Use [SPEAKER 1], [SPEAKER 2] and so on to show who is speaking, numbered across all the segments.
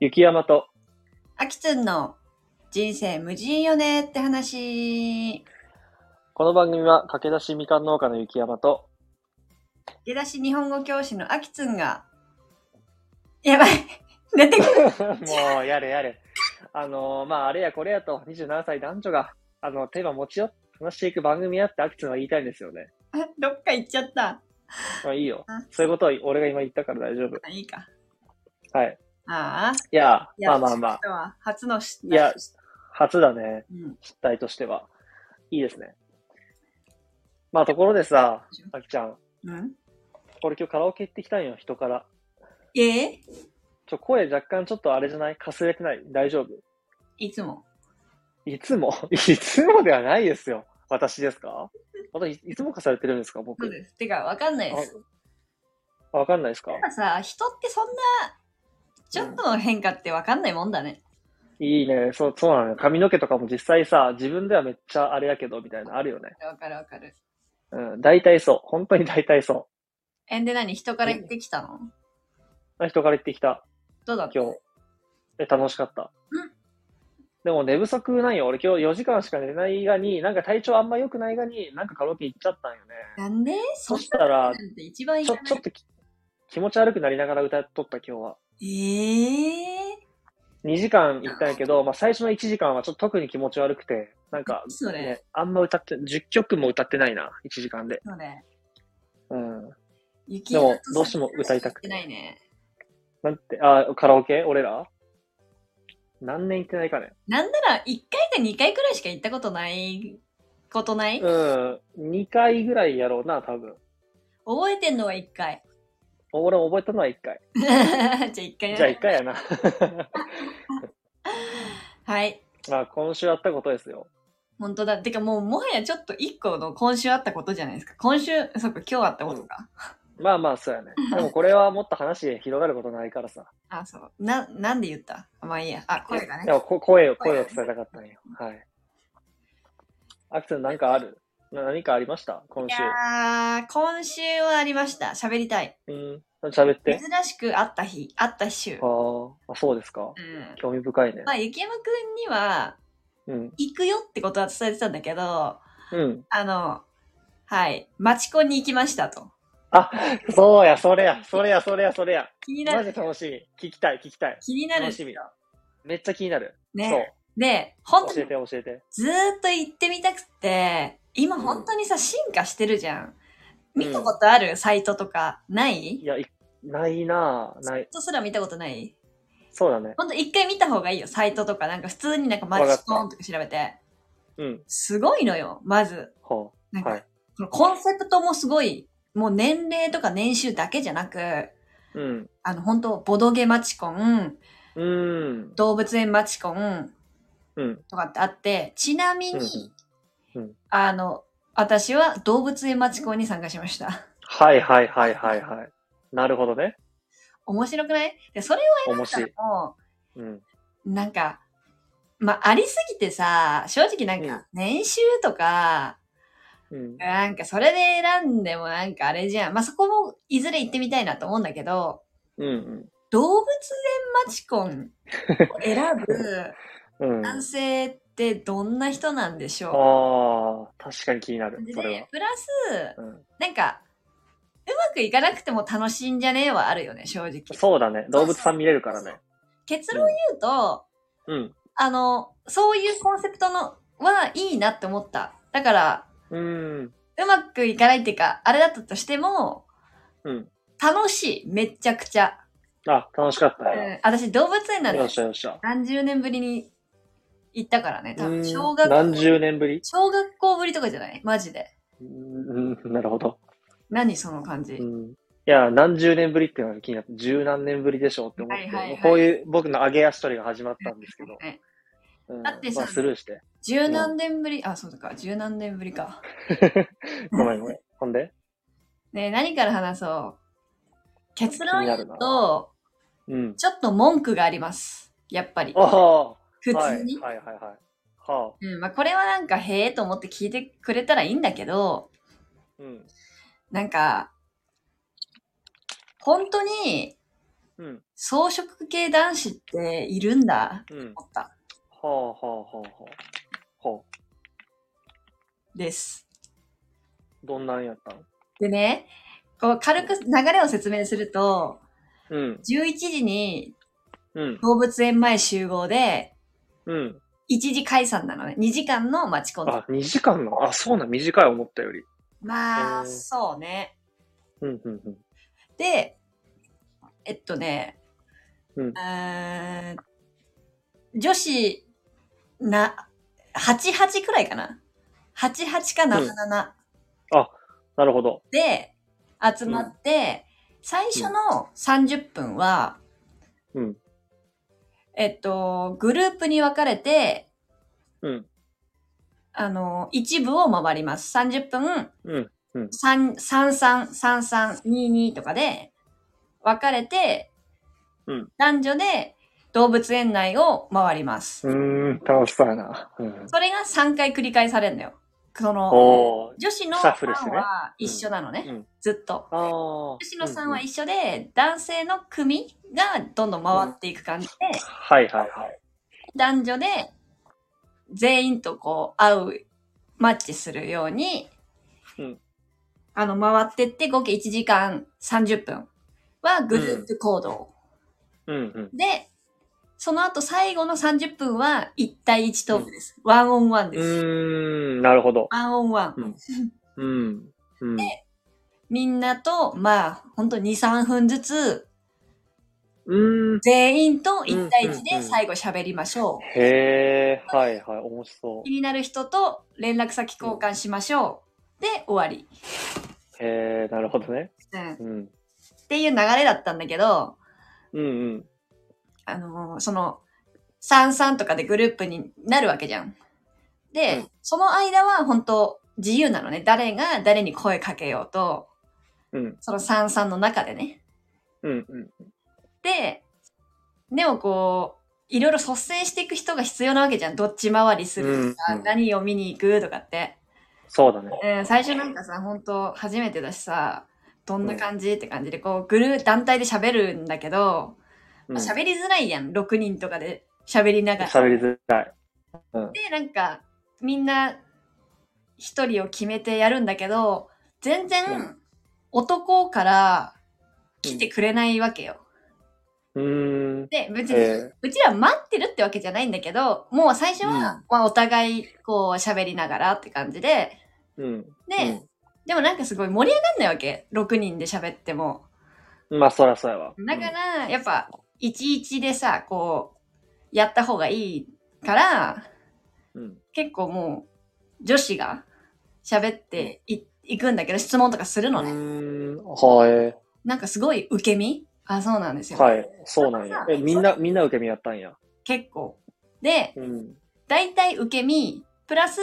[SPEAKER 1] 雪山と
[SPEAKER 2] あきつんの人生無人よねって話。
[SPEAKER 1] この番組は駆け出しみかん農家の雪山と
[SPEAKER 2] 出だし日本語教師のあきつんが、やばい、出てくる。
[SPEAKER 1] もうやれやれあのーまああれやこれやと27歳男女があのテーマ持ち寄って話していく番組やってアキツンは言いたいんですよね
[SPEAKER 2] あどっか行っちゃった。
[SPEAKER 1] まあいいよ
[SPEAKER 2] あ
[SPEAKER 1] そういうことを俺が今言ったから大丈夫
[SPEAKER 2] あいいか。
[SPEAKER 1] はい
[SPEAKER 2] ああ、
[SPEAKER 1] いや
[SPEAKER 2] い
[SPEAKER 1] まあまあまあ
[SPEAKER 2] ちょっとは初の失
[SPEAKER 1] いや初だね
[SPEAKER 2] うん、
[SPEAKER 1] 失態としてはいいですねまあところでさあきちゃん
[SPEAKER 2] うん。
[SPEAKER 1] 俺今日カラオケ行ってきたんよ人から
[SPEAKER 2] ええ
[SPEAKER 1] ちょ声若干ちょっとあれじゃないかすれてない大丈夫
[SPEAKER 2] いつも。
[SPEAKER 1] いつも いつもではないですよ。私ですか私、いつも化されてるんですか
[SPEAKER 2] そ
[SPEAKER 1] 僕
[SPEAKER 2] う。です。てか、わかんないです。
[SPEAKER 1] あわかんないですか
[SPEAKER 2] たださ、人ってそんな、ちょっとの変化ってわかんないもんだね。
[SPEAKER 1] いいね。そう、そうなのよ。髪の毛とかも実際さ、自分ではめっちゃあれやけど、みたいな、あるよね。
[SPEAKER 2] わかるわかる。
[SPEAKER 1] うん。大体そう。本当に大体そ
[SPEAKER 2] えんで何人から言ってきたの
[SPEAKER 1] う。あ人から言ってきた、
[SPEAKER 2] どうだった
[SPEAKER 1] 今日。え、楽しかった。
[SPEAKER 2] うん
[SPEAKER 1] でも寝不足ないよ。俺今日4時間しか寝ないがに、なんか体調あんま良くないがに、なんかカラオケ行っちゃったんよね。
[SPEAKER 2] なんでそ
[SPEAKER 1] そ
[SPEAKER 2] ん
[SPEAKER 1] したら
[SPEAKER 2] な、んて一番い
[SPEAKER 1] ちょ、ちょっとき気持ち悪くなりながら歌っとった今日は。
[SPEAKER 2] ええ
[SPEAKER 1] 2時間行ったんやけど、まあ、最初の1時間はちょっと特に気持ち悪くて、なんか、
[SPEAKER 2] それ、
[SPEAKER 1] ね、あんま歌って、10曲も歌ってないな、1時間で。
[SPEAKER 2] それ。
[SPEAKER 1] うん。
[SPEAKER 2] 雪
[SPEAKER 1] でも、どうしても歌いたく
[SPEAKER 2] て
[SPEAKER 1] て。
[SPEAKER 2] ないね。
[SPEAKER 1] なんて、あ、カラオケ俺ら何年行ってないかね。
[SPEAKER 2] なんなら1回か2回くらいしか行ったことないことない、
[SPEAKER 1] うん。2回ぐらいやろうな、多分。
[SPEAKER 2] 覚えてんのは1回。
[SPEAKER 1] 俺覚えたのは1回。
[SPEAKER 2] じゃあ1回
[SPEAKER 1] じゃあ
[SPEAKER 2] や
[SPEAKER 1] 1回やな。
[SPEAKER 2] はい。
[SPEAKER 1] まあ、今週あったことですよ。
[SPEAKER 2] 本当だ。てかもうもはやちょっと1個の今週あったことじゃないですか。今週、そっか今日あったことか。
[SPEAKER 1] まあまあ、そうやね。でもこれはもっと話広がることないからさ。
[SPEAKER 2] あ、そう。な、なんで言ったまあいいや。あ、声が
[SPEAKER 1] い
[SPEAKER 2] ね。
[SPEAKER 1] やこ声を、声を伝えたかったんよ。はい。アキさん、何かあるな何かありました今
[SPEAKER 2] い
[SPEAKER 1] 週。
[SPEAKER 2] やー、今週はありました。喋りたい。
[SPEAKER 1] うん。喋っ
[SPEAKER 2] 珍
[SPEAKER 1] て。
[SPEAKER 2] しく会った日、会った週。
[SPEAKER 1] あ
[SPEAKER 2] う
[SPEAKER 1] ーあ、そうですか。
[SPEAKER 2] ん。
[SPEAKER 1] 興味深いね
[SPEAKER 2] ま。あ、雪山くんには、
[SPEAKER 1] うん。
[SPEAKER 2] 行くよってことは伝えてたんだけど、
[SPEAKER 1] うん。
[SPEAKER 2] あの、はい、町コンに行きましたと。
[SPEAKER 1] あ、そうや、それや、それや、それや、それや。
[SPEAKER 2] 気にな
[SPEAKER 1] マジ
[SPEAKER 2] る。
[SPEAKER 1] 楽しみ。聞きたい、聞きたい。
[SPEAKER 2] 気になる
[SPEAKER 1] 楽。しみ。めっちゃ気になる。
[SPEAKER 2] ね。で、本
[SPEAKER 1] そう。教え
[SPEAKER 2] 当に
[SPEAKER 1] て、教えて。
[SPEAKER 2] ずーっと行ってみたくて、今
[SPEAKER 1] うん
[SPEAKER 2] 本当にさ、進化してるじゃん。
[SPEAKER 1] うん
[SPEAKER 2] 見たことある、サイトとか、ない
[SPEAKER 1] いや、いないなぁ。ない。
[SPEAKER 2] とすら見たことない
[SPEAKER 1] そうだね。
[SPEAKER 2] ほんと一回見た方がいいよ、サイトとか。なんか普通になんか町コンとか調べて。
[SPEAKER 1] うん。
[SPEAKER 2] すごいのよ、まず。
[SPEAKER 1] ほ
[SPEAKER 2] なん
[SPEAKER 1] は
[SPEAKER 2] か
[SPEAKER 1] い、
[SPEAKER 2] このコンセプトもすごい、もう年齢とか年収だけじゃなく、
[SPEAKER 1] う。うん。
[SPEAKER 2] あの、本当ボドゲマチコン、
[SPEAKER 1] うーん。
[SPEAKER 2] 動物園マチコン
[SPEAKER 1] うん。
[SPEAKER 2] とかってあって、ちなみに、
[SPEAKER 1] うんうん
[SPEAKER 2] あの、私は動物園マチコンに参加しました。
[SPEAKER 1] はいはいはいはいはい。なるほどね。
[SPEAKER 2] 面白くないでそれ
[SPEAKER 1] 面
[SPEAKER 2] を
[SPEAKER 1] 白
[SPEAKER 2] やっ
[SPEAKER 1] い。
[SPEAKER 2] たのも
[SPEAKER 1] うん。
[SPEAKER 2] なんか、まあ、ありすぎてさ、正直なん
[SPEAKER 1] うん
[SPEAKER 2] か、年収とか、
[SPEAKER 1] うん。
[SPEAKER 2] なんかそれで選んでもなんかあれじゃん。まあ、そこもいずれ行ってみたいなと思うんだけど、
[SPEAKER 1] うん
[SPEAKER 2] 動物園マチコンを選ぶ
[SPEAKER 1] うん。うん。
[SPEAKER 2] 男性ってどんな人なんでしょ
[SPEAKER 1] ああ、確かに気になる
[SPEAKER 2] う、で
[SPEAKER 1] それは。
[SPEAKER 2] プラス
[SPEAKER 1] うん、
[SPEAKER 2] なんかうまくいかなくても楽しいんじゃねえはあるよね正直
[SPEAKER 1] そうだね。動物さん見れるからね。
[SPEAKER 2] 結論言うと、
[SPEAKER 1] うん。
[SPEAKER 2] あのそういうコンセプトのはいいなって思っただから
[SPEAKER 1] うん。
[SPEAKER 2] うまくいかないっていうかあれだったとしても
[SPEAKER 1] うん。
[SPEAKER 2] 楽しいめっちゃくちゃ、
[SPEAKER 1] あ、楽しかった
[SPEAKER 2] う
[SPEAKER 1] よ。
[SPEAKER 2] ん私動物園なん
[SPEAKER 1] よってしゃよっしゃ。
[SPEAKER 2] 何十年ぶりに行ったからね多
[SPEAKER 1] う
[SPEAKER 2] 分
[SPEAKER 1] ん
[SPEAKER 2] 小学校
[SPEAKER 1] 何十年ぶり
[SPEAKER 2] 小学校ぶりとかじゃないマジで。
[SPEAKER 1] うん、うんなるほど。
[SPEAKER 2] 何その感じ。
[SPEAKER 1] うん。いや、何十年ぶりっていうのが気になって、十何年ぶりでしょうって思って、
[SPEAKER 2] はいはいはい
[SPEAKER 1] こういう僕の上げ足取りが始まったんですけ ど、
[SPEAKER 2] ね
[SPEAKER 1] うん、
[SPEAKER 2] だってさ
[SPEAKER 1] まあ、スルーして。
[SPEAKER 2] 十何年ぶり、あ、そうか、十何年ぶりか。
[SPEAKER 1] ごめん ごめん。ほんで
[SPEAKER 2] ねえ何から話そう。結論言う
[SPEAKER 1] 気になる
[SPEAKER 2] と、
[SPEAKER 1] うん。
[SPEAKER 2] ちょっと文句があります。やっぱり
[SPEAKER 1] あ。あ、は
[SPEAKER 2] 普
[SPEAKER 1] い、
[SPEAKER 2] 通
[SPEAKER 1] はい
[SPEAKER 2] に。
[SPEAKER 1] はいはい。はあ。
[SPEAKER 2] うん、まあ、これはなんか、へえと思って聞いてくれたらいいんだけど、
[SPEAKER 1] うん。
[SPEAKER 2] なんか、本当に、
[SPEAKER 1] うん。
[SPEAKER 2] 草食系男子っているんだ、
[SPEAKER 1] うん。
[SPEAKER 2] 思った。
[SPEAKER 1] はあはあはあはあ。はあ。
[SPEAKER 2] です。
[SPEAKER 1] どんなんやったん
[SPEAKER 2] でね、こう軽く流れを説明すると、
[SPEAKER 1] うん。
[SPEAKER 2] 11時に
[SPEAKER 1] うん。
[SPEAKER 2] 動物園前集合で、
[SPEAKER 1] うん。
[SPEAKER 2] 1時解散なのね。2時間の待ちコント
[SPEAKER 1] あ、。2時間のあ、そうなん、短い思ったより。
[SPEAKER 2] ま
[SPEAKER 1] へ
[SPEAKER 2] あ、
[SPEAKER 1] ー
[SPEAKER 2] そうね。
[SPEAKER 1] うん、うん、うん。
[SPEAKER 2] で、えっとね、
[SPEAKER 1] うん
[SPEAKER 2] ーん女子、な、88くらいかな。88か77。
[SPEAKER 1] なるほど。
[SPEAKER 2] で、集まって、最初の30分は、
[SPEAKER 1] うん。
[SPEAKER 2] えっと、グループに分かれて、
[SPEAKER 1] うん。
[SPEAKER 2] あの、一部を回ります。30分、
[SPEAKER 1] うん。
[SPEAKER 2] 三三三三三二二とかで分かれて、
[SPEAKER 1] うん
[SPEAKER 2] 男女で動物園内を回ります。
[SPEAKER 1] うーん、楽しそうやな。うん。
[SPEAKER 2] それが3回繰り返されるのよ。その、
[SPEAKER 1] おー。
[SPEAKER 2] 女子の
[SPEAKER 1] スタッフです
[SPEAKER 2] 3
[SPEAKER 1] ね
[SPEAKER 2] は一緒なのね、
[SPEAKER 1] うん。
[SPEAKER 2] ずっと。
[SPEAKER 1] ああ。
[SPEAKER 2] 女子の3は
[SPEAKER 1] うん
[SPEAKER 2] 一緒で、男性の組がどんどん回っていく感じで、
[SPEAKER 1] はいはいはい。
[SPEAKER 2] 男女で全員とこう、合う、マッチするように、
[SPEAKER 1] うん
[SPEAKER 2] あの、回ってって、合計1時間30分はグループ行動。
[SPEAKER 1] うんうん。
[SPEAKER 2] で、その後最後の30分は1対1トークです。ワンオンワンで
[SPEAKER 1] う
[SPEAKER 2] す。
[SPEAKER 1] ーん、なるほど。
[SPEAKER 2] ワンオンワン。
[SPEAKER 1] うん。うん。
[SPEAKER 2] みんなと、まあ、ほんと2、3分ずつ、
[SPEAKER 1] うん。
[SPEAKER 2] 全員と1対1
[SPEAKER 1] うんうん
[SPEAKER 2] で
[SPEAKER 1] うん
[SPEAKER 2] 最後喋りましょう。
[SPEAKER 1] へえ、はいはい、面白
[SPEAKER 2] 気になる人と連絡先交換しましょう。で、終わり。
[SPEAKER 1] そう。へえ、なるほどね。
[SPEAKER 2] うんっ
[SPEAKER 1] うん。
[SPEAKER 2] ていう流れだったんだけど、
[SPEAKER 1] うんうん。
[SPEAKER 2] あのーその、33とかでグループになるわけじゃん。で、
[SPEAKER 1] うん
[SPEAKER 2] その間は本当自由なのね。誰が誰に声かけようと、
[SPEAKER 1] うん
[SPEAKER 2] その33の中でね。
[SPEAKER 1] うんうん。
[SPEAKER 2] で、でもこう、いろいろ率先していく人が必要なわけじゃん。どっち回りするとか、
[SPEAKER 1] うんうん
[SPEAKER 2] 何を見に行くとかって。
[SPEAKER 1] そうだね。
[SPEAKER 2] えー最初なんかさ、本当初めてだしさ、どんな感じ、って感じで、こう、グルー、団体で喋るんだけど、
[SPEAKER 1] うん
[SPEAKER 2] まあ喋、りづらいやん、6人とかで喋りながら。
[SPEAKER 1] 喋りづらい。
[SPEAKER 2] で、なんか、みんな、一人を決めてやるんだけど、全
[SPEAKER 1] う
[SPEAKER 2] 然
[SPEAKER 1] ん、
[SPEAKER 2] 男から来てくれないわけよ。
[SPEAKER 1] うーん。
[SPEAKER 2] で、別に、
[SPEAKER 1] え
[SPEAKER 2] うちら待ってるってわけじゃないんだけど、もう最初は、
[SPEAKER 1] うん
[SPEAKER 2] まあ、お互い、こう、喋りながらって感じで、
[SPEAKER 1] ー、うん。
[SPEAKER 2] で、でもなんかすごい盛り上がんないわけ。6人で喋っても。
[SPEAKER 1] うん。まあ、そらそうやわ。
[SPEAKER 2] だから、やっぱ、いちいちでさ、こう、やった方がいいから、
[SPEAKER 1] うん。
[SPEAKER 2] 結構もう、女子が喋っていいくんだけど、質問とかする
[SPEAKER 1] う
[SPEAKER 2] のね。
[SPEAKER 1] ん。うーんはい。
[SPEAKER 2] なんかすごい受け身あ、そうなんですよ。
[SPEAKER 1] はい。そうなんや。え、みんな、みんな受け身やったんや。
[SPEAKER 2] 結構。で、
[SPEAKER 1] うん。
[SPEAKER 2] 大体受け身、プラス、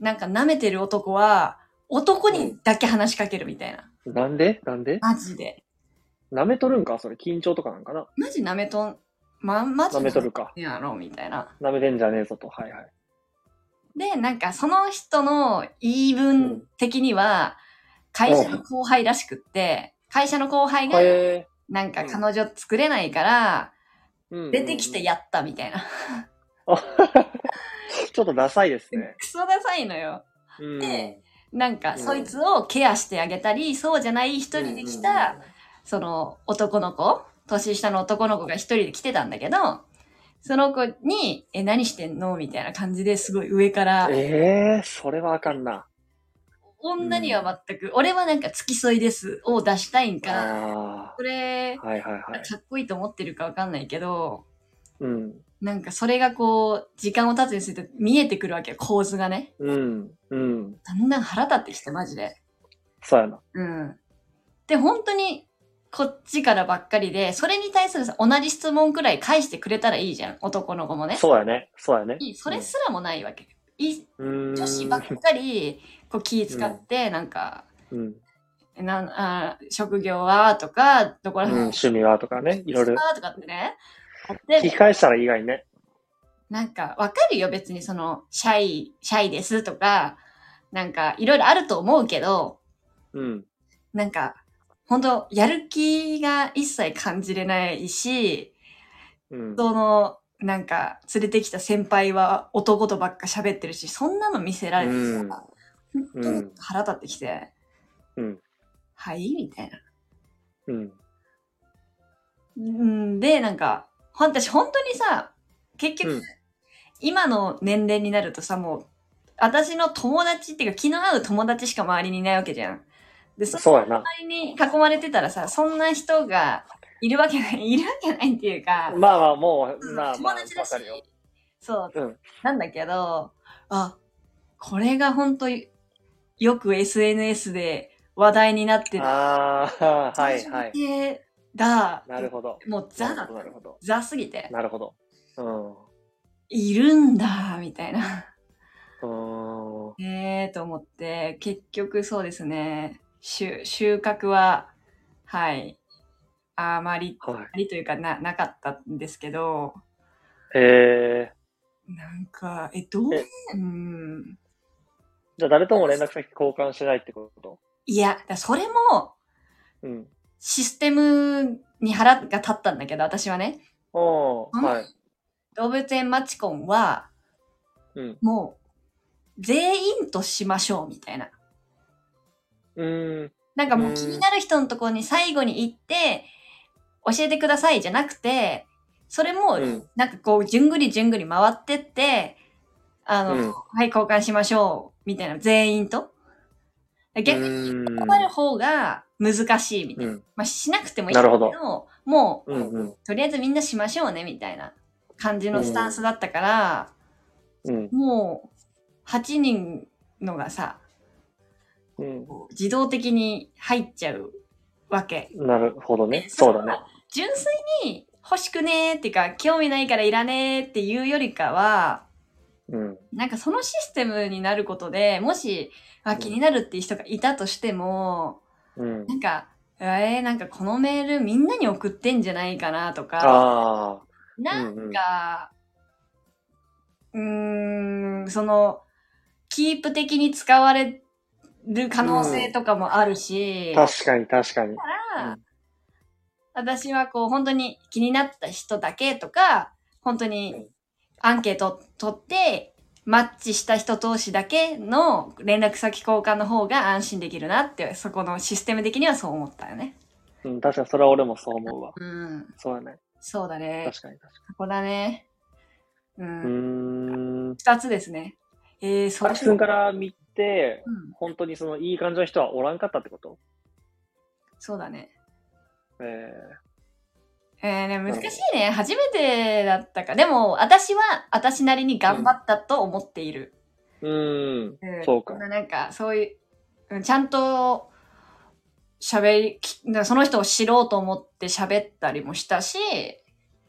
[SPEAKER 2] なんか舐めてる男は、男にだけ話しかけるみたいな。
[SPEAKER 1] なんでなんで
[SPEAKER 2] マジで。
[SPEAKER 1] 舐めとるんかそれ、緊張とかなんかな
[SPEAKER 2] マジ舐めとん、ま、マジ
[SPEAKER 1] 舐めとるか。
[SPEAKER 2] やろみたいな。
[SPEAKER 1] 舐めてんじゃねえぞと。はいはい。
[SPEAKER 2] で、なんかその人の言い分的には、会社の後輩らしくって、会社の後輩が、
[SPEAKER 1] へ
[SPEAKER 2] なんか
[SPEAKER 1] うん
[SPEAKER 2] 彼女作れないから、
[SPEAKER 1] えー。
[SPEAKER 2] 出てきて
[SPEAKER 1] や。
[SPEAKER 2] やったみたいな。
[SPEAKER 1] ちょっとダサいですね。
[SPEAKER 2] クソダサいのよ。
[SPEAKER 1] うん。
[SPEAKER 2] でなん
[SPEAKER 1] う
[SPEAKER 2] か
[SPEAKER 1] ん
[SPEAKER 2] そいつをケアしてあげたり、そうじゃない一人で来た、その男の子、年下の男の子が一人で来てたんだけど、その子に、え、何してんのみたいな感じですごい上から
[SPEAKER 1] うんうん。、ええー、それはあかんな。
[SPEAKER 2] 女には全く、俺はなんか付き添いですを出したいん
[SPEAKER 1] あ
[SPEAKER 2] か、それ
[SPEAKER 1] あ。、はいはいはい。
[SPEAKER 2] かっこいいと思ってるかわかんないけど、
[SPEAKER 1] うん。
[SPEAKER 2] なんかそれがこう、時間を経つにつれて見えてくるわけよ、構図がね。
[SPEAKER 1] うん。うん。
[SPEAKER 2] だんだん腹立ってきて、マジで。
[SPEAKER 1] そうやな。
[SPEAKER 2] うん。で、本当に、こっちからばっかりで、それに対するさ、同じ質問くらい返してくれたらいいじゃん、男の子もね。
[SPEAKER 1] そうやね。そうやね。
[SPEAKER 2] いいそれすらもないわけ。い
[SPEAKER 1] うん。
[SPEAKER 2] 女子ばっかり、こう気使って、なんか、
[SPEAKER 1] うん。
[SPEAKER 2] なんあ職業はとか、どこ
[SPEAKER 1] う
[SPEAKER 2] ら
[SPEAKER 1] ん。
[SPEAKER 2] 辺
[SPEAKER 1] 趣味はとかね。いろいろ。
[SPEAKER 2] とかってね。
[SPEAKER 1] 聞き返したら以外ね。
[SPEAKER 2] なんか、わかるよ、別にその、シャイ、シャイですとか、なんか、いろいろあると思うけど、
[SPEAKER 1] うん。
[SPEAKER 2] なんか、本当やる気が一切感じれないし、
[SPEAKER 1] うん。
[SPEAKER 2] その、なんか、連れてきた先輩は男とばっか喋ってるし、そんなの見せられて
[SPEAKER 1] うん
[SPEAKER 2] さ、
[SPEAKER 1] う
[SPEAKER 2] 本
[SPEAKER 1] ん
[SPEAKER 2] 当。腹立ってきて、
[SPEAKER 1] うん。
[SPEAKER 2] はいみたいな。
[SPEAKER 1] うん。
[SPEAKER 2] うんで、なんか、ほん私本当にさ、結局、
[SPEAKER 1] うん
[SPEAKER 2] 今の年齢になるとさ、もう、私の友達っていうか、気の合う友達しか周りにいないわけじゃん。で、そ
[SPEAKER 1] そうやな。
[SPEAKER 2] 周りに囲まれてたらさ、そんな人がいるわけない、いるわけないっていうか、
[SPEAKER 1] まあまあ、も
[SPEAKER 2] う
[SPEAKER 1] う、
[SPEAKER 2] ん
[SPEAKER 1] まあまあ、
[SPEAKER 2] 友
[SPEAKER 1] わ
[SPEAKER 2] 達だし
[SPEAKER 1] かるよ。、
[SPEAKER 2] そう、
[SPEAKER 1] うん
[SPEAKER 2] なんだけど、あ、これが本当によく SNS で話題になってる。
[SPEAKER 1] ああ、はいはい。
[SPEAKER 2] い。だ、
[SPEAKER 1] なるほど。
[SPEAKER 2] もうザだった
[SPEAKER 1] なるほど。
[SPEAKER 2] ザすぎて。
[SPEAKER 1] なるほど。うん。
[SPEAKER 2] いるんだ、みたいな。
[SPEAKER 1] うーん。
[SPEAKER 2] ええと思って、結局そうですね、収収穫は、はい、あまり、
[SPEAKER 1] はい。
[SPEAKER 2] あまりというかな、なかったんですけど、
[SPEAKER 1] えー、
[SPEAKER 2] なんか、え、どう
[SPEAKER 1] え
[SPEAKER 2] うん。
[SPEAKER 1] じゃあ誰とも連絡先交換しないってこと
[SPEAKER 2] いや、だそれも、
[SPEAKER 1] うん。
[SPEAKER 2] システムに腹が立ったんだけど、私はね、
[SPEAKER 1] おー、
[SPEAKER 2] うん
[SPEAKER 1] はい。
[SPEAKER 2] 動物園マチコンは、
[SPEAKER 1] うん。
[SPEAKER 2] もう、全員としましょう、みたいな。
[SPEAKER 1] うーん。
[SPEAKER 2] なんかもう
[SPEAKER 1] うん
[SPEAKER 2] 気になる人のところに最後に行って、教えてくださいじゃなくて、それも
[SPEAKER 1] うん、
[SPEAKER 2] なんかこう、じゅんぐりじゅんぐり回ってって、あの、
[SPEAKER 1] うん
[SPEAKER 2] はい、交換しましょう、みたいな、全員と。逆に、
[SPEAKER 1] に
[SPEAKER 2] 配る方が難しいみたいな。
[SPEAKER 1] うん。
[SPEAKER 2] まあ、しなくてもいいんだ
[SPEAKER 1] な
[SPEAKER 2] け
[SPEAKER 1] る
[SPEAKER 2] ど、もう、
[SPEAKER 1] うんうん
[SPEAKER 2] とりあえずみんなしましょうね、みたいな感じのスタンスだったから、
[SPEAKER 1] うん。
[SPEAKER 2] もう、8人のがさ、
[SPEAKER 1] うん。
[SPEAKER 2] こう自動的に入っちゃうわけ
[SPEAKER 1] なるほどね
[SPEAKER 2] え。
[SPEAKER 1] そうだね。
[SPEAKER 2] 純粋に欲しくねーっていうか興味ないからいらねーっていうよりかは
[SPEAKER 1] うん。
[SPEAKER 2] なんかそのシステムになることでもしあ気になるっていう人がいたとしても、
[SPEAKER 1] うん。
[SPEAKER 2] なんかえー、なんかこのメールみんなに送ってんじゃないかなとか
[SPEAKER 1] ああ。
[SPEAKER 2] な
[SPEAKER 1] うんんうん。
[SPEAKER 2] かうーんそのキープ的に使われる可能性とかもあるし、
[SPEAKER 1] 確かに確かに。
[SPEAKER 2] から、
[SPEAKER 1] うん
[SPEAKER 2] 私はこう本当に気になった人だけとか、本当
[SPEAKER 1] うん
[SPEAKER 2] にアンケート取って、マッチした人同士だけの連絡先交換の方が安心できるなって、そこのシステム的にはそう思ったよね。
[SPEAKER 1] うん。確かにそれは俺もそう思うわ。
[SPEAKER 2] うん。
[SPEAKER 1] そうだね。
[SPEAKER 2] そうだね。
[SPEAKER 1] 確かに確か
[SPEAKER 2] そこだね。う。
[SPEAKER 1] に。うんーん。
[SPEAKER 2] 二、つですね。えー、そ
[SPEAKER 1] ア
[SPEAKER 2] れ
[SPEAKER 1] キ君から見て、
[SPEAKER 2] うん。
[SPEAKER 1] 本当にそのいい感じの人はおらんかったってこと
[SPEAKER 2] そうだね。
[SPEAKER 1] え
[SPEAKER 2] えー、でも難しいね。初めてだったか。でも、私は、私なりに頑張ったと思っている。
[SPEAKER 1] えー。うん。
[SPEAKER 2] うん
[SPEAKER 1] そうか
[SPEAKER 2] なんか、そういううん、ちゃんと喋り、きその人を知ろうと思って喋ったりもしたし、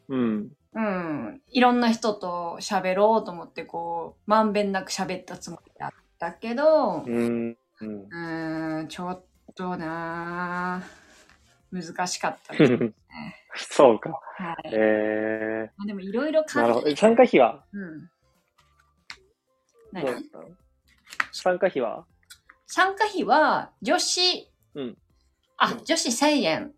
[SPEAKER 1] うん。
[SPEAKER 2] うん、いろんな人と喋ろうと思って、こう、まんべんなく喋ったつもりだったけど
[SPEAKER 1] う、ん。うん。。
[SPEAKER 2] うん、ちょっとなぁ難しかった
[SPEAKER 1] そうか。
[SPEAKER 2] はい
[SPEAKER 1] ええ
[SPEAKER 2] まあ、でも、いろい
[SPEAKER 1] な
[SPEAKER 2] ろ
[SPEAKER 1] る
[SPEAKER 2] 感
[SPEAKER 1] ほ
[SPEAKER 2] じ
[SPEAKER 1] ど。え参加費は
[SPEAKER 2] うん。
[SPEAKER 1] ど
[SPEAKER 2] 何
[SPEAKER 1] うだったの参加費は
[SPEAKER 2] 参加費は女子、
[SPEAKER 1] うん
[SPEAKER 2] あ
[SPEAKER 1] う
[SPEAKER 2] 女子1000円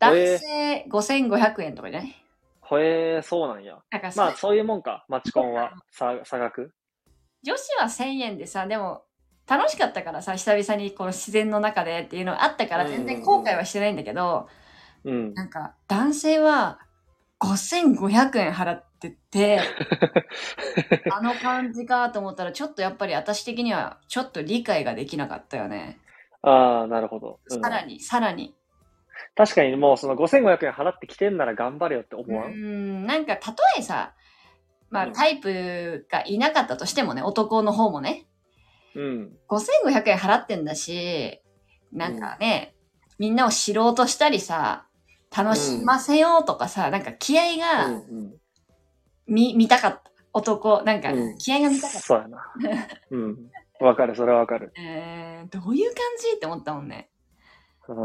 [SPEAKER 1] え
[SPEAKER 2] 男
[SPEAKER 1] ー
[SPEAKER 2] 性5500円とかじゃない
[SPEAKER 1] ほえー、そうなんや。
[SPEAKER 2] なんかさ、
[SPEAKER 1] まあ、そういうもんか。マチコンは、さ差額。
[SPEAKER 2] 女子は1000円でさでも楽しかったからさ久々にこの自然の中でっていうのあったから
[SPEAKER 1] うんうんうん
[SPEAKER 2] 全然後悔はしてないんだけど、
[SPEAKER 1] うん。
[SPEAKER 2] なんか男性は5500円払って てあの感じかと思ったらちょっとやっぱり私的にはちょっと理解ができなかったよね、
[SPEAKER 1] ああ、なるほど。うん
[SPEAKER 2] さらにさらに
[SPEAKER 1] 確かにもうその5500円払ってきてんなら頑張れよって思わ
[SPEAKER 2] うんん、なんか、たとえさ、まあ、
[SPEAKER 1] うん
[SPEAKER 2] タイプがいなかったとしてもね、男の方もね、
[SPEAKER 1] うん。
[SPEAKER 2] 5500円払ってんだし、なんかね、みんなを知ろうとしたりさ、楽しませようとかさ、なんか気合
[SPEAKER 1] うん。
[SPEAKER 2] が
[SPEAKER 1] うん
[SPEAKER 2] 見,、見たかった。男、なんか
[SPEAKER 1] うん、
[SPEAKER 2] 気合が見たかった。
[SPEAKER 1] そうや な。うん。わかる、それはわかる。
[SPEAKER 2] えー、どういう感じって思ったも んね。
[SPEAKER 1] うん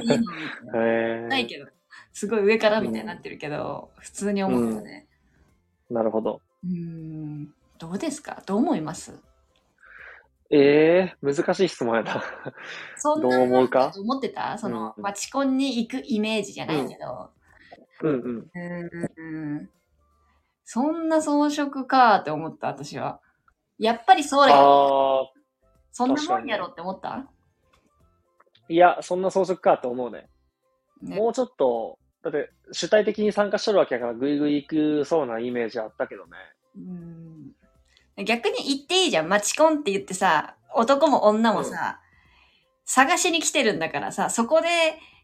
[SPEAKER 2] いいのみたいな
[SPEAKER 1] へえ
[SPEAKER 2] ないけど、すごい上からみたいになってるけど、普通に思ったね。
[SPEAKER 1] なるほど。
[SPEAKER 2] うーん、どうですかどう思います
[SPEAKER 1] ええ難しい質問やな。
[SPEAKER 2] そん
[SPEAKER 1] ど
[SPEAKER 2] な
[SPEAKER 1] う思うか
[SPEAKER 2] と思ってたその、
[SPEAKER 1] うん
[SPEAKER 2] バチコンに行くイメージじゃないけど。
[SPEAKER 1] うんうん。
[SPEAKER 2] うーん。そんな装飾かって思った、私は。やっぱりそうだよ
[SPEAKER 1] ああ、
[SPEAKER 2] そんなもんやろって思った、
[SPEAKER 1] いや、そんな装飾かと思うね。
[SPEAKER 2] ね、
[SPEAKER 1] もうちょっと、だって主体的に参加しとるわけやから、ぐいぐい行くそうなイメージあったけどね。
[SPEAKER 2] うん逆に言っていいじゃん。マチコンって言ってさ、男も女もさ、探しに来てるんだからさ、そこで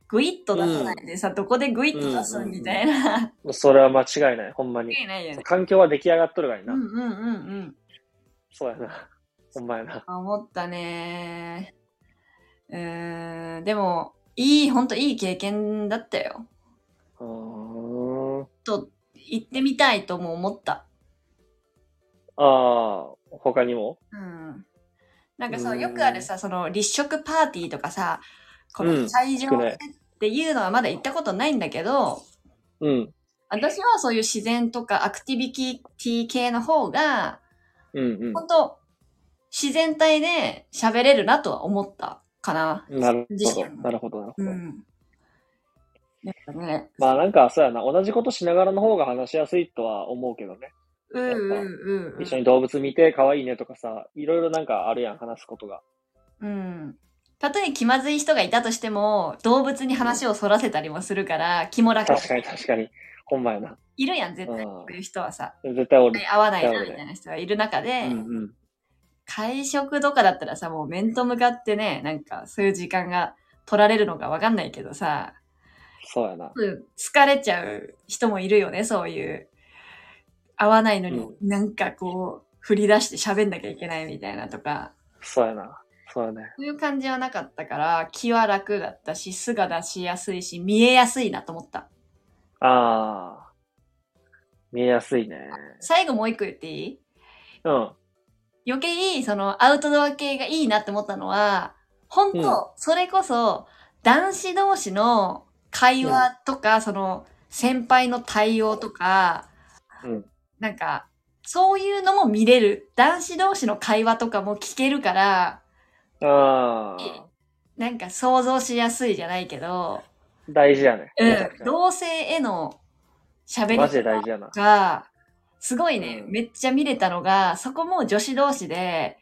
[SPEAKER 2] グイッと出さないでさ、どこでグイッと出すみたいな。わ
[SPEAKER 1] それは間違いない、ほんまに。
[SPEAKER 2] けないよね。
[SPEAKER 1] 環境は出来上がっとるがいうな。
[SPEAKER 2] んうんうんうん。
[SPEAKER 1] そうやな。 ほんまやな。
[SPEAKER 2] 思ったねうーん、でも、いい、ほんといい経験だったよ。
[SPEAKER 1] うーん。
[SPEAKER 2] と、行ってみたいとも思った。
[SPEAKER 1] ああ、他にも
[SPEAKER 2] うんなんかさ、
[SPEAKER 1] うん
[SPEAKER 2] よくあるさ、その立食パーティーとかさ、こ
[SPEAKER 1] う
[SPEAKER 2] の
[SPEAKER 1] ん
[SPEAKER 2] 会
[SPEAKER 1] 聞
[SPEAKER 2] 場
[SPEAKER 1] くね
[SPEAKER 2] っていうのはまだ行ったことないんだけど、
[SPEAKER 1] うん。
[SPEAKER 2] 私はそういう自然とかアクティビティ系の方が、
[SPEAKER 1] うんうん
[SPEAKER 2] 本当自然体で喋れるなとは思ったかな。。
[SPEAKER 1] なる
[SPEAKER 2] 自
[SPEAKER 1] ほど。
[SPEAKER 2] 身
[SPEAKER 1] なるほど、なるほ
[SPEAKER 2] う
[SPEAKER 1] ど。
[SPEAKER 2] ん。やっぱね、
[SPEAKER 1] まあなんか、そうやな。同じことしながらの方が話しやすいとは思うけどね。
[SPEAKER 2] うんうんうんうん。
[SPEAKER 1] 一緒に動物見て可愛いねとかさ、いろいろなんかあるやん、話すことが。
[SPEAKER 2] うん。たとえ気まずい人がいたとしても、動物に話をそらせたりもするから、気も楽。
[SPEAKER 1] 確かに確かに。ほんまやな。
[SPEAKER 2] いるやん、絶
[SPEAKER 1] う
[SPEAKER 2] 対。こ
[SPEAKER 1] ん
[SPEAKER 2] ういう人はさ。
[SPEAKER 1] 絶対俺。
[SPEAKER 2] 合わないなみたいな人がいる中
[SPEAKER 1] う
[SPEAKER 2] で、
[SPEAKER 1] んうん。
[SPEAKER 2] 会食とかだったらさ、もう面と向かってね、なんかそういう時間が取られるのかわかんないけどさ、
[SPEAKER 1] そうやな。
[SPEAKER 2] うん疲れちゃう人もいるよね、そういう。合わないのに
[SPEAKER 1] う
[SPEAKER 2] なんかこう、振り出して喋んなきゃいけないみたいなとか、
[SPEAKER 1] そうやな。そうやね。
[SPEAKER 2] そういう感じはなかったから、気は楽だったし、素が出しやすいし、見えやすいなと思った。
[SPEAKER 1] ああ。見えやすいね。
[SPEAKER 2] 最後もう一個言っていい
[SPEAKER 1] うん。
[SPEAKER 2] 余計そのアウトドア系がいいなって思ったのは、本当、それこそ男子同士の会話とか、その先輩の対応とか、
[SPEAKER 1] うん
[SPEAKER 2] なんか、そういうのも見れる。男子同士の会話とかも聞けるから、
[SPEAKER 1] ああ。
[SPEAKER 2] なんか想像しやすいじゃないけど、
[SPEAKER 1] 大事やね。めちゃくち
[SPEAKER 2] うん、
[SPEAKER 1] ゃ
[SPEAKER 2] 同性への喋り
[SPEAKER 1] マジで大事やな。
[SPEAKER 2] が、すごいね、
[SPEAKER 1] うん
[SPEAKER 2] めっちゃ見れたのが、そこも女子同士で、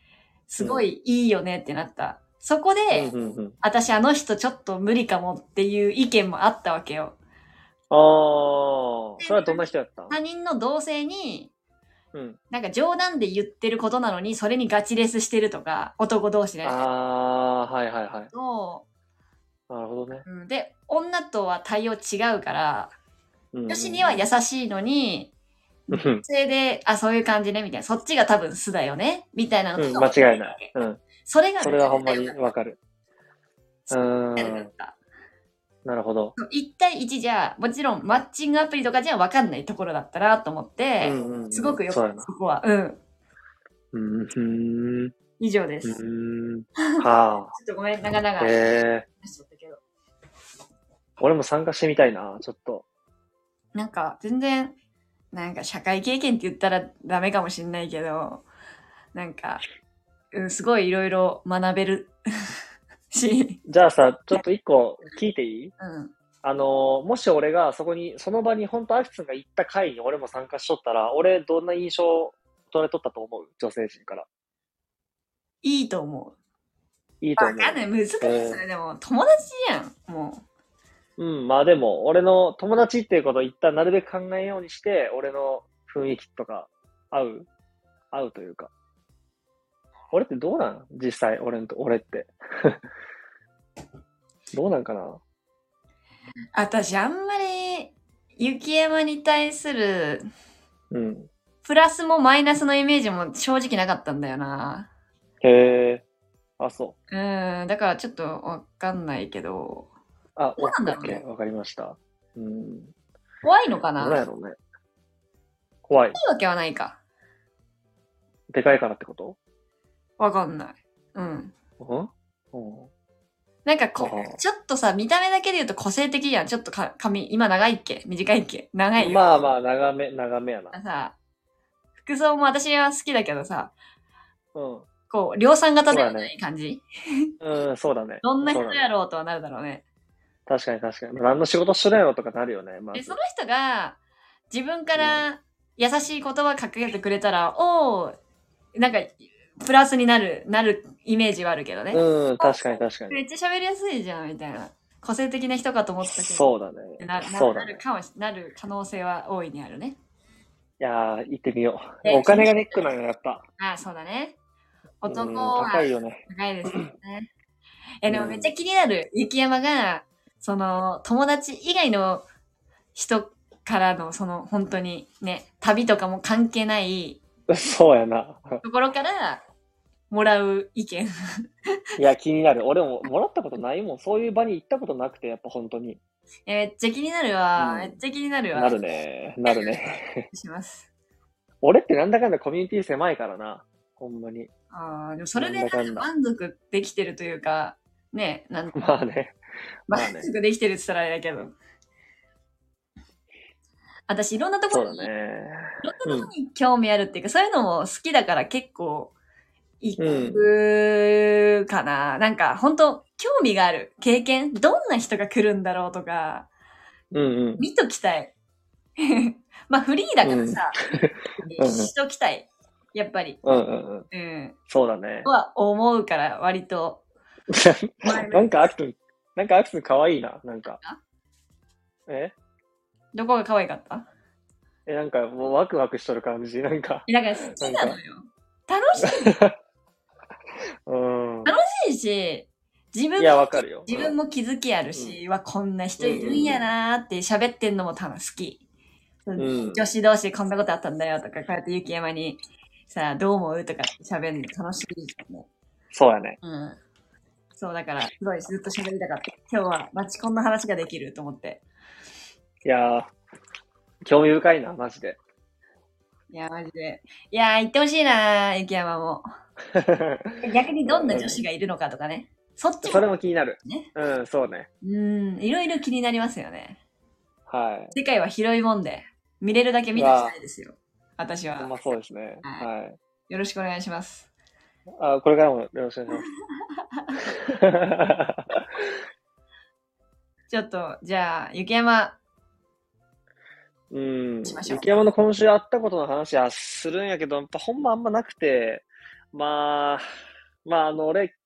[SPEAKER 2] すごいいいよねってなった。そこで、
[SPEAKER 1] うんうんうん。
[SPEAKER 2] 私あの人ちょっと無理かもっていう意見もあったわけよ。
[SPEAKER 1] ああ。それはどんな人やったん
[SPEAKER 2] 他人の同性に、
[SPEAKER 1] うん。
[SPEAKER 2] なんか冗談で言ってることなのに、それにガチレスしてるとか、男同士で。
[SPEAKER 1] ああー、はいはいはい。
[SPEAKER 2] と
[SPEAKER 1] なるほどね。
[SPEAKER 2] うんで、女とは対応違うから、
[SPEAKER 1] うんうん
[SPEAKER 2] 女子には優しいのに、
[SPEAKER 1] うん
[SPEAKER 2] それで、あ、そういう感じね、みたいな。そっちが多分素だよね、みたいなの
[SPEAKER 1] うん、
[SPEAKER 2] と
[SPEAKER 1] 間違いない。うん。
[SPEAKER 2] それが、
[SPEAKER 1] それはほんまにわかる。うーん。なるほど。
[SPEAKER 2] 1対1じゃ、もちろんマッチングアプリとかじゃ分かんないところだったなと思って、
[SPEAKER 1] うんうんうん
[SPEAKER 2] すごくよ
[SPEAKER 1] そ
[SPEAKER 2] か
[SPEAKER 1] う
[SPEAKER 2] っ
[SPEAKER 1] や
[SPEAKER 2] た、
[SPEAKER 1] な
[SPEAKER 2] そこは。うん。
[SPEAKER 1] うーん。う
[SPEAKER 2] 以上です。ちょ
[SPEAKER 1] ーん。は
[SPEAKER 2] っとごめん、長々
[SPEAKER 1] あ。へ
[SPEAKER 2] 話
[SPEAKER 1] え。
[SPEAKER 2] しちゃったけど。
[SPEAKER 1] 俺も参加してみたいな、ちょっと。
[SPEAKER 2] なんか、全然、なんか社会経験って言ったらダメかもしんないけど、なんか、うん、すごいいろいろ学べる し、
[SPEAKER 1] じゃあさ、ちょっと一個聞いていい
[SPEAKER 2] うん。
[SPEAKER 1] あのー、もし俺がそこに、その場に本当アキツンが行った会に俺も参加しとったら、俺どんな印象を取れとったと思う女性陣から。
[SPEAKER 2] いいと思。
[SPEAKER 1] いいうと
[SPEAKER 2] わ
[SPEAKER 1] 思う。
[SPEAKER 2] かんない、難しいそれでも、友達やん、もう。
[SPEAKER 1] うん、まあでも、俺の友達っていうことを一旦なるべく考えようにして、俺の雰囲気とか、合う合うというか。俺ってどうなん実際、俺んと、俺って。 どうなんかな
[SPEAKER 2] 私あんまり雪山に対する
[SPEAKER 1] うん。
[SPEAKER 2] プラスもマイナスのイメージも正直なかったんだよな。
[SPEAKER 1] へえ。あ、そ
[SPEAKER 2] うん、だからちょっとわかんないけど。
[SPEAKER 1] う。あ、
[SPEAKER 2] どうなんだろう
[SPEAKER 1] OK
[SPEAKER 2] ね
[SPEAKER 1] わかりました。うん。ど
[SPEAKER 2] 怖いのかな
[SPEAKER 1] うなんや
[SPEAKER 2] 怖い
[SPEAKER 1] ろうね。怖い。
[SPEAKER 2] わけはないか。
[SPEAKER 1] でかいからってこと
[SPEAKER 2] わかんない。うん。
[SPEAKER 1] うんうん。
[SPEAKER 2] なんかこ
[SPEAKER 1] あー、
[SPEAKER 2] ちょっとさ、見た目だけで言うと個性的やん。ちょっとか髪、今長いっけ短いっけ長いよ。
[SPEAKER 1] まあまあ、長め、長めやな。
[SPEAKER 2] さ、服装も私は好きだけどさ、
[SPEAKER 1] うん。
[SPEAKER 2] こう、量産型ではない感じ、
[SPEAKER 1] うん、そうだね。
[SPEAKER 2] どんな人
[SPEAKER 1] そうだね
[SPEAKER 2] やろうとはなるだろうね。
[SPEAKER 1] 確かに確かに。何の仕事してないのとかなるよね。ま
[SPEAKER 2] で、
[SPEAKER 1] ず
[SPEAKER 2] その。人が自分から優しい言葉かけてくれたら、おおなんか、プラスになる、なるイメージはあるけどね。
[SPEAKER 1] うん、確かに確かに。
[SPEAKER 2] めっちゃ喋りやすいじゃん、みたいな。個性的な人かと思ったけど。
[SPEAKER 1] そうだ
[SPEAKER 2] って
[SPEAKER 1] ね。
[SPEAKER 2] なな
[SPEAKER 1] そう
[SPEAKER 2] な
[SPEAKER 1] だ
[SPEAKER 2] る
[SPEAKER 1] ね。
[SPEAKER 2] かもしなる可能性は大いにあるね。
[SPEAKER 1] いやー、行ってみよう。
[SPEAKER 2] ね
[SPEAKER 1] お金がネックなのやった。
[SPEAKER 2] ああ、そうだね。
[SPEAKER 1] う
[SPEAKER 2] 男
[SPEAKER 1] ん
[SPEAKER 2] は
[SPEAKER 1] 高いよね。
[SPEAKER 2] 高いですよね。いや、でも
[SPEAKER 1] うん
[SPEAKER 2] めっちゃ気になる。雪山が、その、友達以外の人からの、その、本当にね、旅とかも関係ない
[SPEAKER 1] そうやな。
[SPEAKER 2] ところから、もらう意見。
[SPEAKER 1] いや、気になる。俺ももらったことないもん。そういう場に行ったことなくて、やっぱ本当に。
[SPEAKER 2] えめっちゃ気になるわ。
[SPEAKER 1] うん
[SPEAKER 2] めっちゃ気になるわ。
[SPEAKER 1] なるね。なるね。
[SPEAKER 2] します。
[SPEAKER 1] 俺ってなんだかんだコミュニティ狭いからな。ほんまに。
[SPEAKER 2] あーでもそれで
[SPEAKER 1] なんだかんだ
[SPEAKER 2] 満足できてるというか、ね、なん
[SPEAKER 1] まあね。まあ
[SPEAKER 2] 満
[SPEAKER 1] ね
[SPEAKER 2] 足できてるって言ったらあれだけど。私、いろんなとこ
[SPEAKER 1] そう
[SPEAKER 2] ろ
[SPEAKER 1] だ
[SPEAKER 2] に
[SPEAKER 1] ね。
[SPEAKER 2] いろんなことに興味あるっていうか、そういうのも好きだから結構行くかな。なんか本当興味がある経験、どんな人が来るんだろうとか、
[SPEAKER 1] うんうん。
[SPEAKER 2] 見ときたい。 まあフリーだからさ、
[SPEAKER 1] うん
[SPEAKER 2] しときたい。やっぱり。
[SPEAKER 1] うんうんうん。
[SPEAKER 2] うん。
[SPEAKER 1] そうだね。
[SPEAKER 2] は思うから割と。前
[SPEAKER 1] な
[SPEAKER 2] の
[SPEAKER 1] んかアクトン、なんかアクトン可愛いな、なんか
[SPEAKER 2] あ。
[SPEAKER 1] え
[SPEAKER 2] どこが可愛かった
[SPEAKER 1] え、なんかもうワクワクしとる感じ、なんか。
[SPEAKER 2] えなんか好きなのよ。楽
[SPEAKER 1] うん。
[SPEAKER 2] しいし、自分
[SPEAKER 1] いや、
[SPEAKER 2] も
[SPEAKER 1] わかるよ。
[SPEAKER 2] 自分も気づきあるし、わ、こんな人いるんやなーって喋ってんのも多分好き。
[SPEAKER 1] ん
[SPEAKER 2] 女子同士でこんなことあったんだよとか、こうやって雪山にさ、どう思うとか喋るの楽しいじゃんね。
[SPEAKER 1] そうやね。
[SPEAKER 2] うん。そうだから、すごいずっと喋りたかった。今日はマチコンの話ができると思って。
[SPEAKER 1] いやー、興味深いな、マジ で。
[SPEAKER 2] いや、マジで。いやー、行ってほしいなー、雪山も。逆にどんな女子がいるのかとかね。そっち
[SPEAKER 1] それ
[SPEAKER 2] も、
[SPEAKER 1] も気になる
[SPEAKER 2] ね。
[SPEAKER 1] うん、そうね。
[SPEAKER 2] うん、いろいろ気になりますよね。
[SPEAKER 1] は
[SPEAKER 2] 世界は広いもんで、見れるだけ見てきたいですよ。私
[SPEAKER 1] い。
[SPEAKER 2] は
[SPEAKER 1] ほん。まそうですね。
[SPEAKER 2] は
[SPEAKER 1] はい。
[SPEAKER 2] よろしくお願いします。
[SPEAKER 1] あ、これからもよろしくお願いし ます。
[SPEAKER 2] ちょっと、じゃあ、雪山。
[SPEAKER 1] うん。
[SPEAKER 2] しましょう
[SPEAKER 1] 雪山の今週あったことの話はするんやけど、やっぱほんまあんまなくて、まあ、まああの、俺、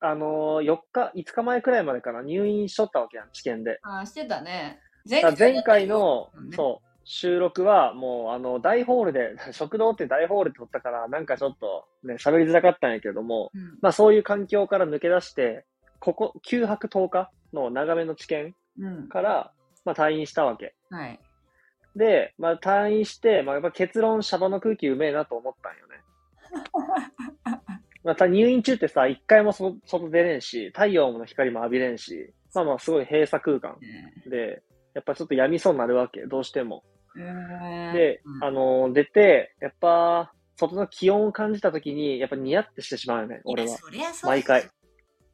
[SPEAKER 1] あの、4日、5日前くらいまでかな、入院しとったわけやん、治験で。
[SPEAKER 2] あーしてたね。前
[SPEAKER 1] だから前回の
[SPEAKER 2] うん、
[SPEAKER 1] そう、収録はもう、あの、大ホールで、 食堂って大ホールで撮ったから、なんかちょっとね、喋りづらかったんやけども、
[SPEAKER 2] うん。
[SPEAKER 1] まあそういう環境から抜け出して、ここ、9泊10日の長めの治験
[SPEAKER 2] うん。
[SPEAKER 1] から、まあ退院したわけ。
[SPEAKER 2] はい。
[SPEAKER 1] で、まあ、退院して、まあ、やっぱ結論、シャバの空気うめえなと思ったんよね。 まあた入院中ってさ、一回もそ外出れんし、太陽の光も浴びれんし、まあまあすごい閉鎖空間で、やっぱちょっとやみそうになるわけ、どうしても。
[SPEAKER 2] うん
[SPEAKER 1] で、あのー出て、やっぱ、外の気温を感じた時に、やっぱニヤってしてしまうよね、俺
[SPEAKER 2] いや
[SPEAKER 1] は。
[SPEAKER 2] そりゃそう。
[SPEAKER 1] 毎回。。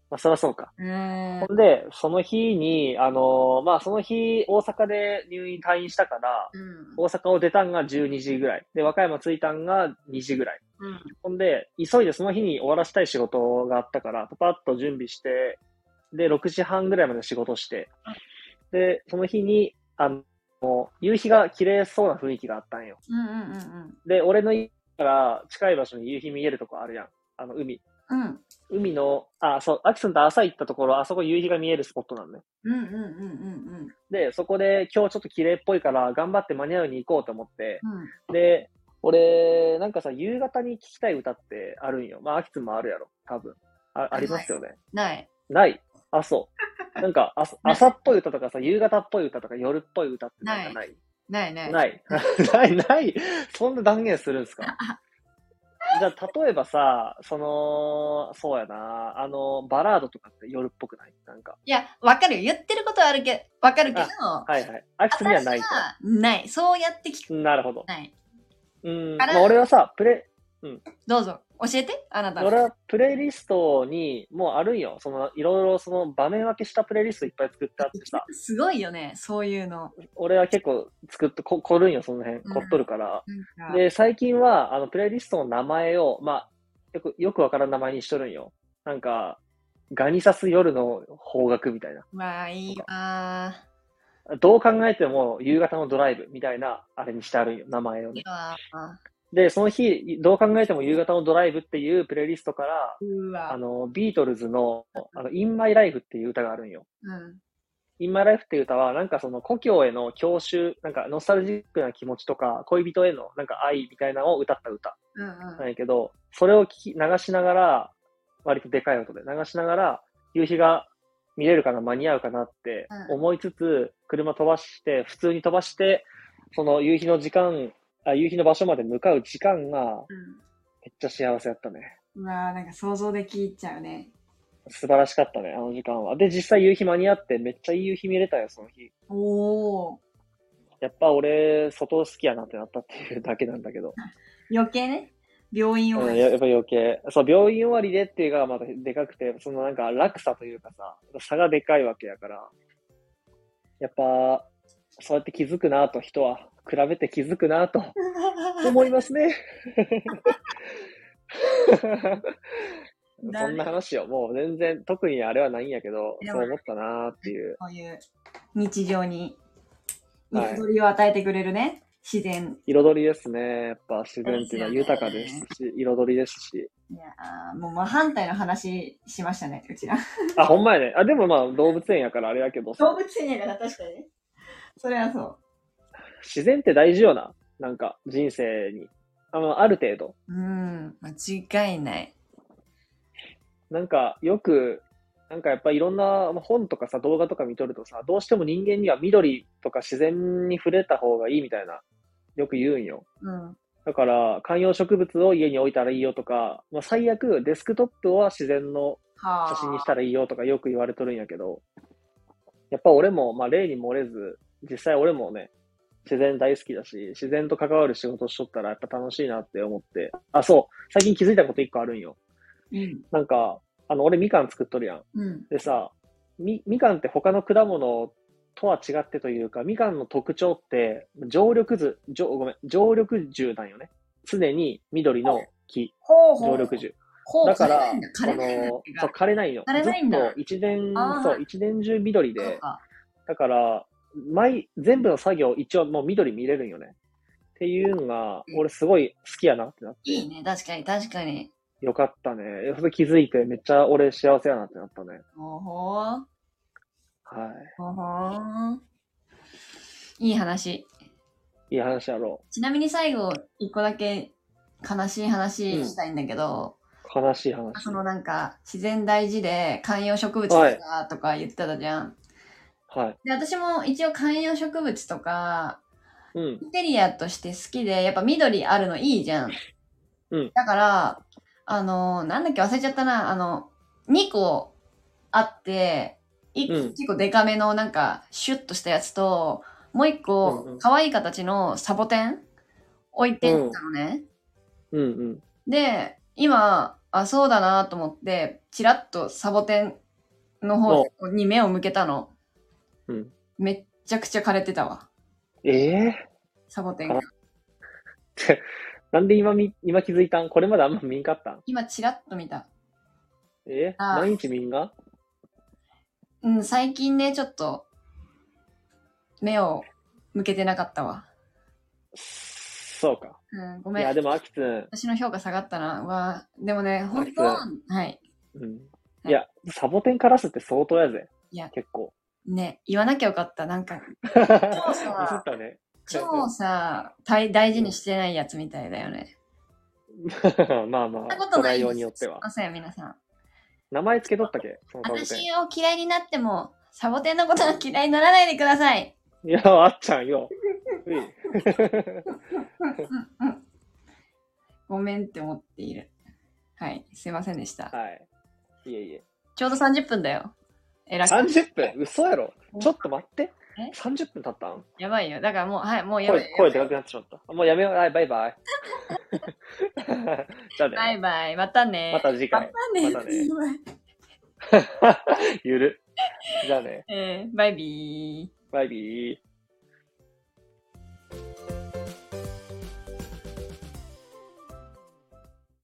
[SPEAKER 1] まあ、そりゃそうか。
[SPEAKER 2] うーん。
[SPEAKER 1] ほんで、その日に、あのーまあ、その日、大阪で入院退院したから、
[SPEAKER 2] うん
[SPEAKER 1] 大阪を出たんが12時ぐらい。で、和歌山着いたんが2時ぐらい。
[SPEAKER 2] うん。
[SPEAKER 1] ほんで、急いでその日に終わらせたい仕事があったから、パパッと準備して、で、6時半ぐらいまで仕事して、で、その日に、あの、夕日が綺麗そうな雰囲気があったんよ。
[SPEAKER 2] うんうんうん
[SPEAKER 1] で、俺の家から近い場所に夕日見えるとこあるやん。あの、海。
[SPEAKER 2] うん。うん。
[SPEAKER 1] 海の、あ、そう、アキさんと朝行ったところ、あそこ夕日が見えるスポットなんね。
[SPEAKER 2] うんうんうん
[SPEAKER 1] で、そこで今日ちょっと綺麗っぽいから、頑張って間に合うように行こうと思って、
[SPEAKER 2] うんうん。
[SPEAKER 1] で、俺、なんかさ、夕方に聴きたい歌ってあるんよ。まあ、秋津もあるやろ、多分。あありますよね。
[SPEAKER 2] ない。
[SPEAKER 1] ない。あ、そう。 なんかあ、朝っぽい歌とかさ、夕方っぽい歌とか、夜っぽい歌ってなんかない。
[SPEAKER 2] ないない。
[SPEAKER 1] ない。ない、 ない。そんな断言するんす か。じゃあ、例えばさ、その、そうやな、あの、バラードとかって夜っぽくないなんか。
[SPEAKER 2] いや、わかるよ。言ってることはあるけ、わかるけど、
[SPEAKER 1] はいはい。秋津にはない
[SPEAKER 2] 私はない。そうやって聞く。
[SPEAKER 1] と。なるほど。
[SPEAKER 2] ない。
[SPEAKER 1] うん。
[SPEAKER 2] あら
[SPEAKER 1] まあ、俺はさ、プレ、
[SPEAKER 2] どうぞ、教えて、あなたの。
[SPEAKER 1] 俺はプレイリストにもうあるんよ。そのいろいろその場面分けしたプレイリストいっぱい作ってあって さ、
[SPEAKER 2] すごいよね、そういうの。
[SPEAKER 1] 俺は結構作ってこ凝るんよ、その辺。
[SPEAKER 2] うん
[SPEAKER 1] 凝っとるから。
[SPEAKER 2] なんか
[SPEAKER 1] で、最近はあのプレイリストの名前を、まあ、よく、よくわからん名前にしとるんよ。なんか、ガニサス夜の方角みたいな。
[SPEAKER 2] まあいいわ
[SPEAKER 1] どう考えても夕方のドライブみたいな、あれにしてあるんよ、名前を
[SPEAKER 2] ー。い
[SPEAKER 1] ね
[SPEAKER 2] い。わー。
[SPEAKER 1] で、その日、どう考えても夕方のドライブっていうプレイリストから、
[SPEAKER 2] う
[SPEAKER 1] あ
[SPEAKER 2] わ。
[SPEAKER 1] の、ビートルズの、あの、In My Life っていう歌があるんよ。
[SPEAKER 2] うん。
[SPEAKER 1] In My Life っていう歌は、なんかその故郷への郷愁、なんかノスタルジックな気持ちとか、恋人へのなんか愛みたいなのを歌った歌
[SPEAKER 2] うん
[SPEAKER 1] なんやけど、それを聞き、流しながら、割とでかい音で流しながら、夕日が見れるかな、間に合うかなって
[SPEAKER 2] うん
[SPEAKER 1] 思いつつ、車飛ばして、普通に飛ばして、その夕日の時間、あ夕日の場所まで向かう時間が、
[SPEAKER 2] う
[SPEAKER 1] めっちゃ幸せだったね。
[SPEAKER 2] ん。うわー、なんか想像できちゃうね。
[SPEAKER 1] 素晴らしかったね、あの時間は。で、実際夕日間に合って、めっちゃいい夕日見れたよ、その日。
[SPEAKER 2] おー。
[SPEAKER 1] やっぱ俺、外好きやなってなったっていうだけなんだけど。
[SPEAKER 2] 余計ね。病院 を。
[SPEAKER 1] うん、 ややっぱ余計。そう、病院終わりでっていうのがまたでかくて、そのなんか落差というかさ、差がでかいわけやから。やっぱ、そうやって気づくなと、人は。比べて気づくなと思います ね。そんな話よ。もう全然、特にあれはないんやけど、
[SPEAKER 2] で
[SPEAKER 1] そ
[SPEAKER 2] も
[SPEAKER 1] う思ったなっていう。
[SPEAKER 2] こういう日常に
[SPEAKER 1] はい
[SPEAKER 2] 彩りを与えてくれるね、自然。
[SPEAKER 1] 彩りですね。やっぱ自然っていうのは豊かです
[SPEAKER 2] そう
[SPEAKER 1] し、彩りですし。
[SPEAKER 2] いやーもう真反対の話しましたね、うちら。
[SPEAKER 1] あ、ほんまやね。あ、でもまあ動物園やからあれやけどさ
[SPEAKER 2] 動物園やから確かにね。それはそ
[SPEAKER 1] 自然って大事よな。なんか、人生に。あの、ある程度。
[SPEAKER 2] う。うん、間違いない。
[SPEAKER 1] なんか、よく、なんかやっぱいろんなまあ本とかさ、動画とか見とるとさ、どうしても人間には緑とか自然に触れた方がいいみたいな、よく言うんよ。
[SPEAKER 2] うん。
[SPEAKER 1] だから、観葉植物を家に置いたらいいよとか、まあ、最悪、デスクトップは自然の
[SPEAKER 2] は
[SPEAKER 1] 写真にしたらいいよとかよく言われとるんやけど、やっぱ俺も、まあ例に漏れず、実際俺もね、自然大好きだし、自然と関わる仕事しとったらやっぱ楽しいなって思って。あ、そう。最近気づいたこと一個あるんよ。
[SPEAKER 2] うん。
[SPEAKER 1] なんか、あの、俺みかん作っとるやん。
[SPEAKER 2] うん。
[SPEAKER 1] でさ、み、みかんって他の果物とは違ってというか、みかんの特徴って、常緑図、常、ごめん、常緑樹なんよね。常に緑の木、
[SPEAKER 2] ほう
[SPEAKER 1] 常緑樹。
[SPEAKER 2] ほう。
[SPEAKER 1] だから、あ
[SPEAKER 2] 枯れないんだ枯れないん
[SPEAKER 1] のそう、枯れないの。
[SPEAKER 2] だ手、が枯れないんだ
[SPEAKER 1] ずっと一年
[SPEAKER 2] あ、ー
[SPEAKER 1] そう、一年中緑
[SPEAKER 2] そう
[SPEAKER 1] で、
[SPEAKER 2] か
[SPEAKER 1] だから、毎、全部の作業、一応もう緑見れるんよね。っていうのが
[SPEAKER 2] う、ん
[SPEAKER 1] 俺すごい好きやなってなって、
[SPEAKER 2] いいね、確かに確かに。
[SPEAKER 1] よかったね。それ気づいて、めっちゃ俺幸せやなってなったね。
[SPEAKER 2] ほうほう。
[SPEAKER 1] は
[SPEAKER 2] ほうほう。いい話。
[SPEAKER 1] い。いい話やろ
[SPEAKER 2] ちなみに最後、一個だけ悲しい話したいんだけど、
[SPEAKER 1] う。悲しい話
[SPEAKER 2] そ。のなんか、自然大事で観葉植物とかとか言ってたじゃん。
[SPEAKER 1] はい。
[SPEAKER 2] で、私も一応観葉植物とか、
[SPEAKER 1] うん。
[SPEAKER 2] インテリアとして好きで、やっぱ緑あるのいいじゃん。
[SPEAKER 1] うん
[SPEAKER 2] だから、あの、なんだっけ忘れちゃったな、あの、2個あって、1個、
[SPEAKER 1] うん
[SPEAKER 2] 結構デカめのなんか、シュッとしたやつと、もう1個、
[SPEAKER 1] うんうん
[SPEAKER 2] 可愛い形のサボテン置いてったのね。
[SPEAKER 1] うんうん。
[SPEAKER 2] で、今、あ、そうだなと思って、チラッとサボテンの方に目を向けたの。
[SPEAKER 1] うん
[SPEAKER 2] めっちゃくちゃ枯れてたわ。
[SPEAKER 1] ええ
[SPEAKER 2] サボテンが
[SPEAKER 1] あ。なんで今み、今気づいたんこれまであんま見んかったん
[SPEAKER 2] 今、チラッと見た。
[SPEAKER 1] え
[SPEAKER 2] あー
[SPEAKER 1] 毎日みんが
[SPEAKER 2] うん、最近ね、ちょっと、目を向けてなかったわ。
[SPEAKER 1] そうか。
[SPEAKER 2] うん、ご
[SPEAKER 1] い
[SPEAKER 2] め
[SPEAKER 1] や、
[SPEAKER 2] ん。
[SPEAKER 1] でも、あきつん、
[SPEAKER 2] 私の評価下がったな。うわでもね、本当
[SPEAKER 1] あ
[SPEAKER 2] は、はい。
[SPEAKER 1] うんいや、サボテンからすって相当やぜ。
[SPEAKER 2] いや
[SPEAKER 1] 結構。
[SPEAKER 2] ね、言わなきゃよかった。なんか、
[SPEAKER 1] そう
[SPEAKER 2] さ
[SPEAKER 1] ミスったね。
[SPEAKER 2] 超さ、大大事にしてないやつみたいだよね。
[SPEAKER 1] まあま
[SPEAKER 2] そんな
[SPEAKER 1] あ
[SPEAKER 2] こ、と
[SPEAKER 1] 捉
[SPEAKER 2] な
[SPEAKER 1] え
[SPEAKER 2] い
[SPEAKER 1] よう
[SPEAKER 2] です。
[SPEAKER 1] によっては
[SPEAKER 2] すい。ません、皆さん。
[SPEAKER 1] 名前つけとったっけそのサボテ
[SPEAKER 2] 私を嫌いになっても、サボテンのことが嫌いにならないでください。
[SPEAKER 1] ン。いや、あっちゃん よ。うい
[SPEAKER 2] うんうんごめんって思っている。はい、すいませんでした。
[SPEAKER 1] はい。いえいえ。
[SPEAKER 2] ちょうど30分だよ。えらく。
[SPEAKER 1] 30分嘘やろちょっと待って
[SPEAKER 2] え。
[SPEAKER 1] 30分経ったん
[SPEAKER 2] やばいよ。だからもう、はい、もうやばい
[SPEAKER 1] 声
[SPEAKER 2] よ。、
[SPEAKER 1] 声でかくなってしまった。あもうやめよう。はい、バイバイ。 じゃあね。
[SPEAKER 2] バイバイ。またね。
[SPEAKER 1] また次回。
[SPEAKER 2] ま
[SPEAKER 1] ま
[SPEAKER 2] た
[SPEAKER 1] たね。
[SPEAKER 2] ね
[SPEAKER 1] ゆる。じゃあね。
[SPEAKER 2] えーバイビー。
[SPEAKER 1] バイビー。